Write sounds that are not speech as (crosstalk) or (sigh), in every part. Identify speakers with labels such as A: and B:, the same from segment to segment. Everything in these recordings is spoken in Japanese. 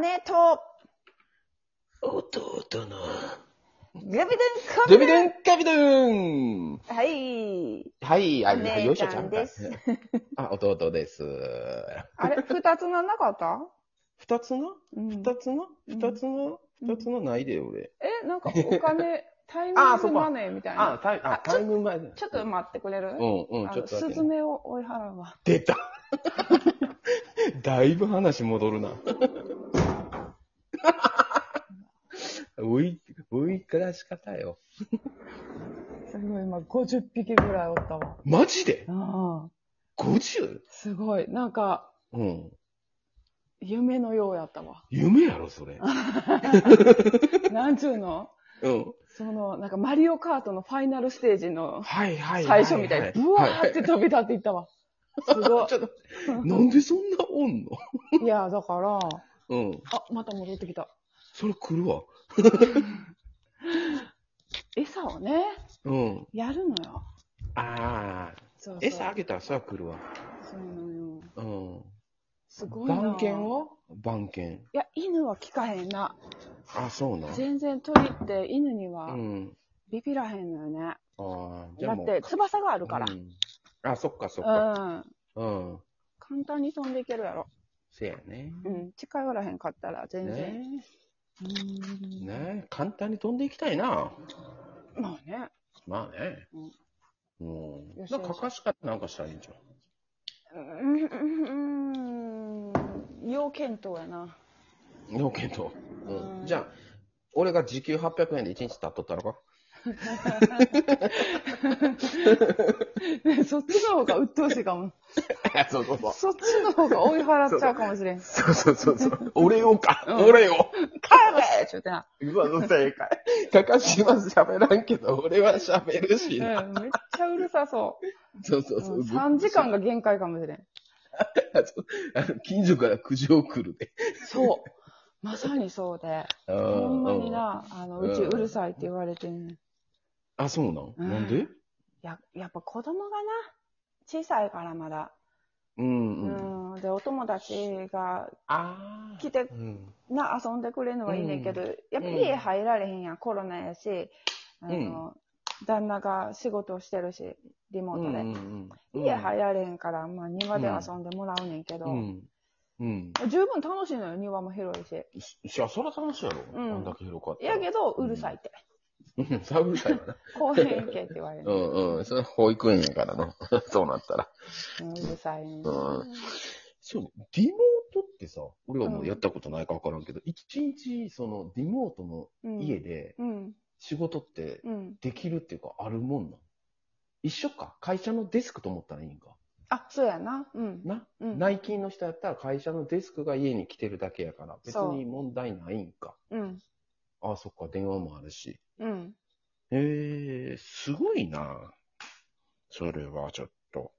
A: 姉と、
B: 弟の。
A: グビドゥンコ
B: ドゥ
A: ビ
B: ビ
A: ドゥ
B: ドゥ
A: ン
B: ンカビドゥン
A: はい。
B: はい、あ、
A: お
B: はい
A: 姉
B: よい
A: ち
B: しょち
A: ゃ
B: ゃ
A: ん
B: ん
A: で
B: か。 (laughs)
A: す。
B: あ、弟です。
A: あれ、二つなんなかった
B: 二つの
A: うん
B: 二つの二つの
A: うん
B: 二つのないで、俺。
A: え、なんかお
B: (laughs)
A: 金、タイ
B: あ
A: ム
B: ーそ
A: ズ
B: こ
A: マネーみたいな。
B: タイ
A: あちょ
B: ム前だ
A: ちょっと待ってくれる
B: うん、うん、
A: あ
B: ち
A: の、
B: ょっと
A: ス
B: 待って
A: ズ
B: ね。
A: メを追い払うわ。
B: 出た (laughs) だいぶ話戻るな。 (laughs) 追い、追い下し方よ。
A: すごい、今50匹ぐらいおったわ。
B: マジで
A: ああ、
B: ?50?
A: すごい。なんか、
B: うん。
A: 夢のようやった
B: (laughs)
A: わ。
B: 夢やろ、それ。
A: なんちゅうの
B: うん。
A: その、なんかマリオカートのファイナルステージの
B: はいはいは
A: 最
B: い。
A: 初みたいに、
B: は
A: ブワ
B: は
A: ーって飛び立っていったわ。すごい
B: ち。ょっと、なんでそんなおんの
A: いや、だから、
B: うん。
A: あ、また戻ってきた。
B: それ来るわ。
A: 餌をね、
B: うん。
A: やるのよ。
B: ああ。
A: そうそう。
B: 餌あげたらそら来るわ。
A: そうなのよ。
B: うん。
A: すごいな。
B: 番犬は番犬。
A: いや、犬は聞かへんな。
B: あ、そうな。
A: 全然鳥って犬に
B: う
A: は
B: ん。
A: ビビらへんのよね。
B: ああ、じゃ
A: だ
B: あ
A: っ
B: もう。
A: て翼があるから。う
B: うんあ、そっかそっか。
A: ん。
B: うん。
A: 簡単に飛んでいけるやろ。
B: せやね。
A: うん。近寄らへんかったら全然。
B: ね
A: うん
B: ね簡単に飛んでいきたいな。
A: まあね。
B: まあね。うん。
A: よし
B: なんか、かかしかなんかしたらいいんじゃん。
A: うんうん。うん。要検討やな。
B: 要件と。
A: う
B: うんん。じゃあ、俺が時給800円で1日経っとったのか
A: (laughs) そっちの方が鬱陶しいかも。
B: (laughs) そうそうそう。
A: そっちの方が追い払っちゃうかもしれん。帰
B: そうそうそうそう。 (laughs) 俺をか、
A: うん
B: 俺を。
A: れちょっとな。
B: 今の正解。かかしは喋らんけど、俺は喋るしな。
A: うん、めっちゃうるさそう。
B: そうそうそう。
A: 3時間が限界かもしれん。
B: あの近所から苦情来るで。
A: そう。まさにそうで。ほ
B: ほ
A: んまに。な、あの、うち
B: うん
A: うるさいって言われてんねん
B: あ、そうなん、
A: うん
B: なんで
A: や、やっぱ子供がな、小さいからまだ。
B: うん
A: う
B: うん。
A: ん。で、お友達が、
B: あー
A: 来て
B: うん。
A: な、遊んでくれるのはいいねんけど、やっぱ
B: うん
A: 家入られへんやん、コロナやし、あの、旦那が仕事をしてるし、リモー
B: うんう
A: トで。
B: んうん。
A: 家入られへんから、まあ庭で遊んでもらうねんけど、
B: うん。うん。
A: 十分楽しいのよ、庭も広いし。
B: いや、そら楽しいやろ。
A: うん
B: あんだけ広かったら。
A: やけど、うるさいって。
B: うん、さうるさいわな。
A: 公園行けって言われる
B: う
A: の。
B: んうん。それは保育園やからな。 (laughs) そうなったら。
A: うんうるさいね。
B: うんそう、リモートってさ、俺はもうやったことないか分からんけど、一、日、その、リモートの
A: うん
B: 家で
A: うん。
B: 仕事って
A: うん。
B: できるっていうか、あるもんなん。一緒か。会社のデスクと思ったらいいんか。
A: あ、そうやな。うん。
B: な、
A: うん。
B: 内勤の人やったら会社のデスクが家に来てるだけやから、別
A: そう
B: に問題ないんか。
A: うん。
B: ああ、そっか、電話もあるし。
A: うん。
B: へえすごいな。それはちょっと。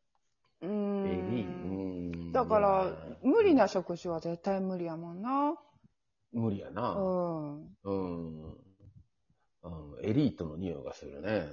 A: う
B: ええ
A: ん。
B: うん
A: だから
B: いや
A: 無理な職種は絶対無理やもんな。
B: 無理やな。
A: うん。
B: うん。うん、エリートの匂いがするね。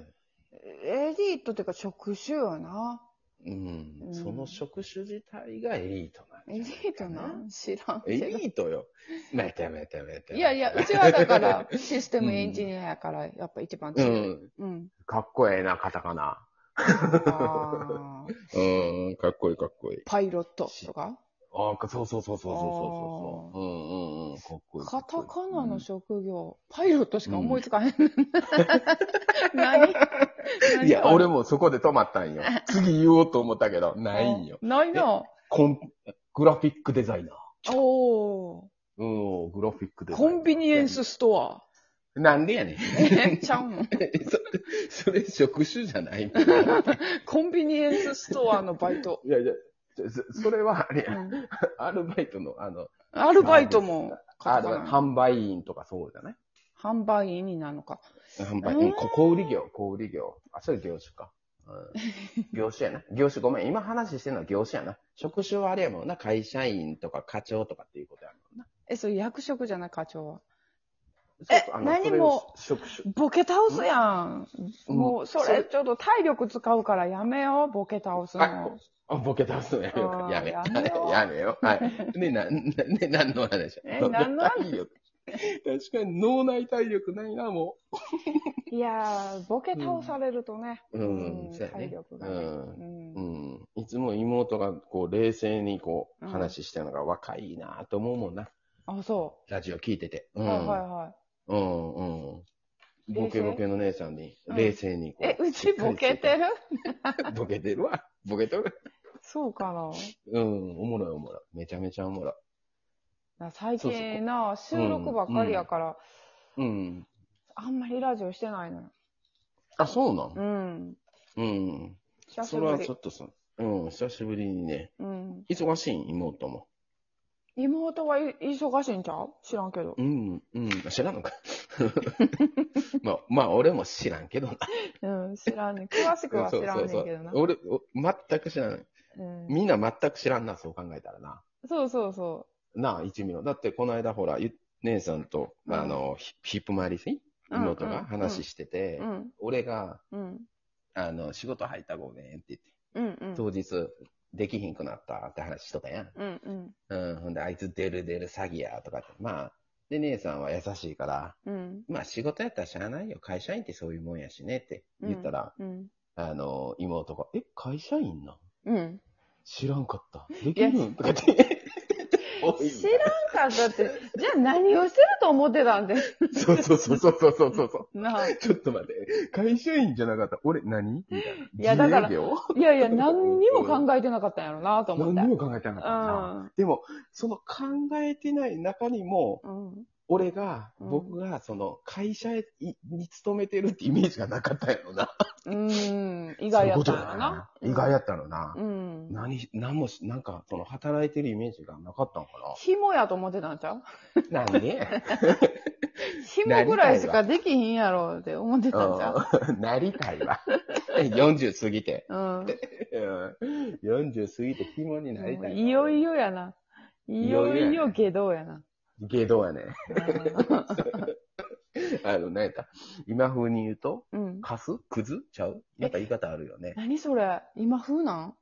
A: エディットっていうか職種よな。
B: うん。
A: うん
B: その職種自体がエリートなん
A: エディットなん知らん
B: エ
A: けど。
B: リートよ。めてめてめて。
A: いやいや、うちはだから、システムエンジニアやから、やっぱ一番
B: う
A: 強い。
B: ん。
A: うん。
B: かっこええな、カタカナ。
A: あー
B: うん、かっこいいかっこいい。
A: パイロットとか
B: ああ、そうそうそうそうそうそうそう。うんうんうん。かっこいい。
A: カタカナの
B: 人。
A: 職業、パイロットしか思いつか
B: (laughs)
A: へん。何
B: いや、俺
A: も
B: もそこで止まったんよ。次言おうと思ったけど、ないんよ。。
A: ないな。
B: コン、グラフィックデザイナー。
A: おー。
B: うん、グラフィックデザイナ
A: コ
B: ー。
A: ンビニエンススト
B: ンなんでやねん。
A: ア。え (laughs) ちゃうの
B: それ職種じゃないい
A: コンビニエンスストアのバイト。
B: やいや、そそれはあれ
A: う
B: や、
A: ん
B: アルバイトの、あの、
A: アルバイトも
B: あ
A: カタ
B: れ
A: カナ、
B: 販売員とかそうじゃない
A: 販売員になるのか。
B: 販売
A: うん
B: 員、うんこ小売業、小売業。あ、それ業種か。うん、業種やな。業種、ごめん。今話してるのは業種やな。職種はあれやもんな。会社員とか課長とかっていうことやもんな。
A: え、それ役職じゃない課長は。
B: そうそうあの
A: 何も
B: それを職種
A: ボケ倒すやん。
B: うん
A: もう、そ
B: それ
A: れ、ちょっと体力使うからやめよう、ボケ倒す
B: あ
A: の。
B: あ、ボケ倒すのやめよう
A: あ
B: か。
A: ー
B: やめよ
A: やめよ
B: う。
A: う
B: やめ (laughs) よう。はい。ね、なん、 (laughs) ね、何の話
A: え何の話
B: 体力確かに脳内体力ないな、も
A: いやー、ボケ倒されるとね、
B: う。うん、
A: うん
B: そうや
A: 体
B: ね。
A: 力
B: う。
A: がね。うんん
B: うん。いつも妹が、こう、冷静に、こう、
A: うん
B: 話してるのが若いなと思うもんな。
A: あ、そ
B: ラジオ聞いてて。う
A: う。
B: ん。
A: はいはいはい。
B: うん、うん。ボ
A: 冷
B: ケ
A: 静
B: ボケの姉さんに、
A: うん
B: 冷静にこう。
A: え、うちボケ
B: (laughs)
A: てる
B: ボケてるわ。ボケとる。
A: そうかな。
B: うん、おもろいおもろい。めちゃめちゃおもろい。
A: な最
B: そうそう
A: 近な、収録ばっかりやから、
B: うん。
A: あんまりラジオしてないのよ。
B: あ、そうな
A: うんん。
B: うん。
A: 久し
B: それは
A: ぶ
B: ちょ
A: り。
B: っとさ、うん、久しぶりにね、
A: うん。
B: 忙しい、妹も。
A: 妹はい忙しいんちゃう知らんけど
B: う。ん、うん、知らんの
A: (laughs)
B: か。まあ、まあ、俺も知らんけどな。
A: うん、知らんね
B: (laughs)
A: ん。詳しくは知らんねんけどな。
B: 俺、お全く知らない。
A: うん
B: みんな全く知らんな、そう考えたらな。
A: そうそうそ
B: なあ、一味の。だって、この間、ほら、ゆ姉さんと、
A: うん
B: あの、ヒヒップマリス
A: うん
B: 妹
A: う
B: が
A: ん
B: 話してて、
A: う。うん。
B: 俺が、
A: うん。
B: あの、仕事入ったごめんって言って、
A: うんうん。
B: 当日、できひんくなったって話しとったやん。
A: うんうん。
B: うん、ほんで、あいつ出る出る詐欺や、とかって。まあ、で、姉さんは優しいから、
A: うん。
B: まあ仕事やったらしゃあないよ。会社員ってそういうもんやしねって言ったら、
A: うん。
B: あの、妹が、え、会社員なん
A: うん。
B: 知らんかった。できるんと
A: (laughs)
B: かって。おい
A: 知らんかったって、じゃあ何をしてると思ってたんで。
B: そうそうそうそうそうそうそう。
A: なあ。い
B: (laughs) ちょっと待って。会社員じゃなかった。俺何、みたい
A: い
B: な。
A: やだから
B: 自営業
A: やいや、何にも考えてなかったんやろなと思って。
B: 何にも考えてなかったな。でも、その考えてない中にも、
A: うん。うん。
B: 俺が、
A: うん
B: 僕が、その、会社にに勤めてるってイメージがなかったんやろな。
A: うーん、意外やったんやろな。
B: そういうことやな意外やったのな。
A: うん。
B: 何、何もし、なんか、その、働いてるイメージがなかったのか
A: 紐やと思ってたんちゃう (laughs)
B: ななんで
A: 紐ぐらいしかできひんやろって思ってたんちゃ
B: うん (laughs) なりたい
A: (laughs)
B: わ。40過ぎて。
A: う
B: うん40過ぎて紐になり
A: う
B: た
A: ん。
B: い。
A: いよい。よやな。いよ
B: いよ
A: い
B: いよや
A: よ
B: ね
A: 下道やな。
B: ゲドやね。 (laughs)
A: うん
B: あの、何やった今風に言うと、
A: うん。
B: カスクズちゃうなんか言い方あるよね。
A: 何それ今風なん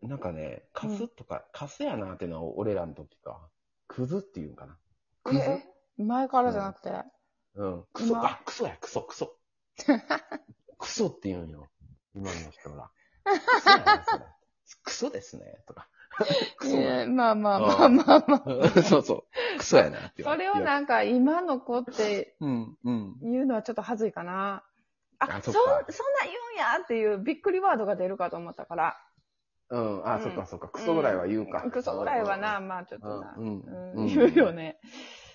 B: なんかね、カスとか、カスやなってのは俺らの時か。クズっていうんかな。クズ
A: え前からじゃなくて。
B: うん。クソ、
A: 今
B: あ、クソや、クソ、
A: (laughs)
B: クソ。クソって言うんよ。今の人ら。クソやなそれクソですね、
A: (laughs)
B: とか。クソや
A: えーまあまあまあまあまあ。
B: な。 (laughs) そうそう。クソやなって言
A: そ
B: われ
A: れ
B: る。
A: をなんか今の子って
B: うん、うん。
A: 言うのはちょっと恥ずいかな。あ、
B: あ
A: そ
B: そ
A: ん、
B: っ
A: そ
B: か
A: んな言うんやっていうびっくりワードが出るかと思ったから。
B: うん、
A: う
B: あ、
A: ん
B: そっかそっか。クソぐらいは言うか。
A: クソぐらいはな、。まあちょっとな
B: う。ん
A: う
B: うんん。
A: 言うよ。ね。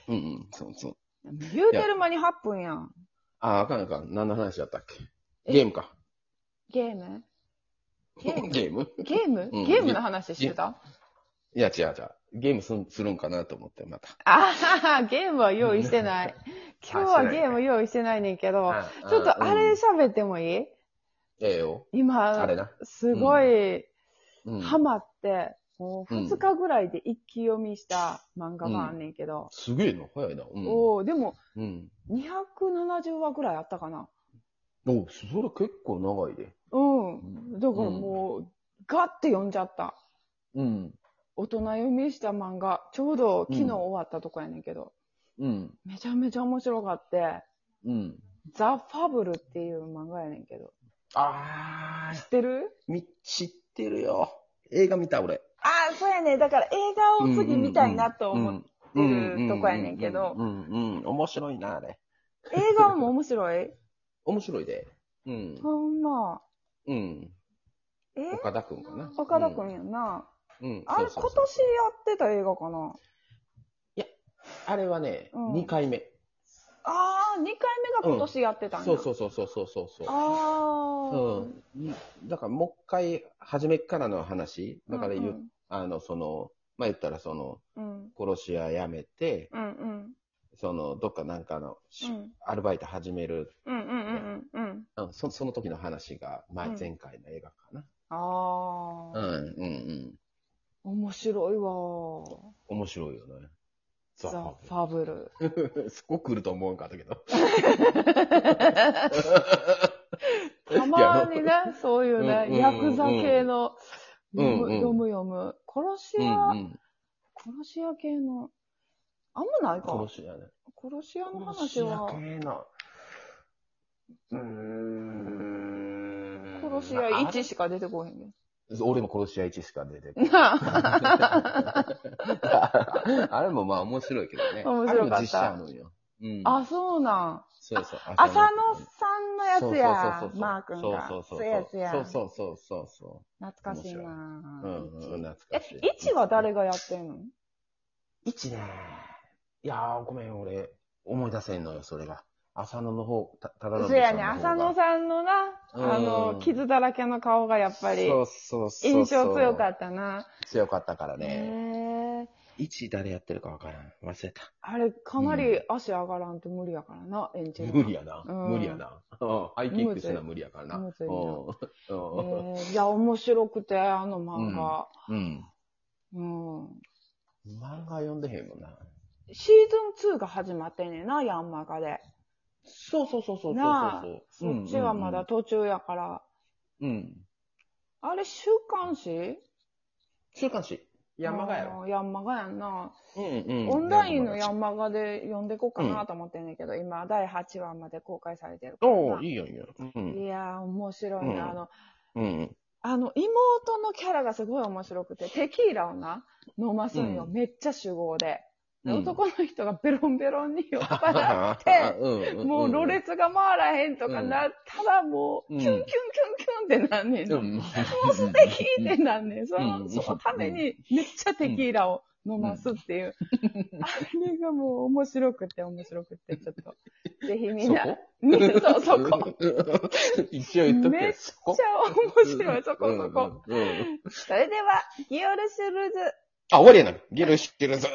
B: うん、うん、そうそう。
A: 言うてる間に8分やん。
B: あ、あかんあかん。何の話だったっけゲームか。
A: ゲーム
B: ゲ
A: ゲーム
B: ーム
A: ゲーム
B: うん
A: ゲームの話してた
B: いや、違う違う。ゲームすんするんかなと思って、また。
A: あはは、ゲームは用意して
B: (laughs)
A: ない。今日はゲーム用意してないねんけど、
B: あ
A: ちょっとあ
B: う
A: れ
B: ん
A: 喋ってもいい
B: ええよ。あれ
A: 今、
B: な。
A: すごい
B: うん
A: ハマって、もう2日ぐらいで一気読みした漫画があんねんけど。
B: すげえな、早いな。うん。
A: おおでも
B: うん。
A: 270話ぐらいあったかな。
B: おそれ結構長いで。
A: うん。だからもう、ガッて読んじゃった。
B: うん。
A: 大人読みした漫画、ちょうど昨日終わったとこやねんけど、
B: うん。
A: めちゃめちゃ面白かって、
B: うん。
A: ザ・ファブルっていう漫画やねんけど。
B: あ
A: 知ってる
B: ー、み、知ってるよ。映画見た、俺。
A: ああ、そうやね。だから映画を次見たいなと思って、
B: う
A: ってるとこやねんけど
B: うん、うんうん、うん面白いな、あれ。
A: 映画も面白い
B: 面白いで。うん。
A: ほんま。
B: うん。
A: え
B: 岡田くんかな。
A: 岡田くんやな。
B: うん。うん。
A: あれ、
B: そ
A: 今
B: うそう
A: 年
B: そ
A: や
B: う
A: ってた映画かな
B: あれはね、
A: うん
B: 2回目。
A: ああ、2回目が今年やってたんや。
B: そうそうそうそうそうそう。
A: ああ。
B: うん。だから、もう一回、初めっからの話。だから、ゆ
A: うん
B: あの、その、まあ、言ったら、その、
A: うん。
B: 殺し屋辞めて、
A: うんうん。
B: その、どっかなんかの、し
A: うん
B: アルバイト始める、
A: うんうんうんうんうん。
B: うん、そその時の話が、前、
A: うん
B: 前回の映画かな。
A: あ
B: う
A: あ。
B: ん、うん、うん。
A: 面白いわー。
B: 面白いよね。 (laughs)
A: ザ・ファブル。
B: そこ来ると思うんかったけど。
A: (laughs)
B: (laughs)
A: たまにね、そういうね、
B: うんうんうん
A: ヤクザ系の、読む、
B: うんうん
A: 読む、読む。殺し屋、
B: うんうん。
A: 殺し屋系の、あんまないか。
B: 殺し屋ね。
A: 殺し屋の
B: 殺し
A: 話は、
B: 系な。うーん。
A: 殺し屋1しか出てこへんね。
B: 俺も殺し屋1しか出てこない。 (laughs)
A: あ、
B: あれもまあ面白いけどね。
A: 面白かった
B: あれも実写なのよ。うん。、
A: そうなん。
B: そうそう。
A: 浅野さんのやつ
B: そうそうそう
A: や
B: そ。う
A: マー君が。
B: そうそうそうそう。
A: せやせや。
B: そうそうそうそうそ
A: 懐かしいな
B: う。うん、うん、懐
A: え
B: かしい。、
A: 1は誰がやってんの
B: ?1 ね。いやー、ごめん、俺、思い出せんのよ、それが。浅野の方、た、ただの方が。
A: そうやね、浅野
B: ん。
A: さんのな、あ
B: う
A: の、
B: ん
A: 傷だらけの顔がやっぱり、
B: そうそうそう。
A: 印象強か
B: った。
A: ったな。
B: 強かったからね。
A: へえ。
B: 1誰やってるかわからん。忘れた。
A: あれ、かなり足上がらんと無理やからな、エンジェルな。
B: 無理やな。
A: うん
B: 無理やな。うんハイキックしてな無理やからな。
A: むずいなえ
B: うんうん
A: ーいや、面白くて、あの漫画。
B: うん。
A: うん。
B: 漫画読んでへんもんな。
A: シーズン2が始まってんねんな、ヤンマガで。
B: そうそうそうそうそうそう。
A: なあ
B: うんうん
A: そっちはまだ。途中やから。
B: うん。
A: あれ、週刊誌
B: 週刊誌。山がやろ。
A: ろ。ヤンマガやんな。
B: うんうん
A: オンラインのヤ
B: 山
A: ンマガで読んでこうかなと思ってんねんけど、今、第8話まで公開されてるからな。
B: おおいいよいいよ。うん。
A: いやー、面白いな、
B: うん
A: あの、
B: うん。
A: あの、妹のキャラがすごい面白くて、テキーラをな、飲ますんよ。
B: う
A: めっちゃ主語で。で
B: うん
A: 男の人がベロンベロンに酔っ払っ
B: あ
A: て
B: (laughs) うん
A: て、もうろれつが回らへんとかなったら、もう、
B: うん
A: キュンキュンキュンキュンってなんねん
B: う
A: な。
B: ん。も
A: もう素敵ってなんねん。そ
B: うん
A: の、そのために、めっちゃテキーラを飲ますっていう。あれがもう面白くて面白くて、ちょっ
B: (laughs)
A: と。ぜひみんな、みんな (laughs) そう、そこ。。
B: 一応言っとく
A: め
B: け
A: っめ
B: ど、そ
A: っ
B: こ
A: ち。ゃ面白い、そこそこ。
B: うん。うん
A: それでは、ギオルシュルズ。
B: あ、終わりやな。ゲルシュルズ。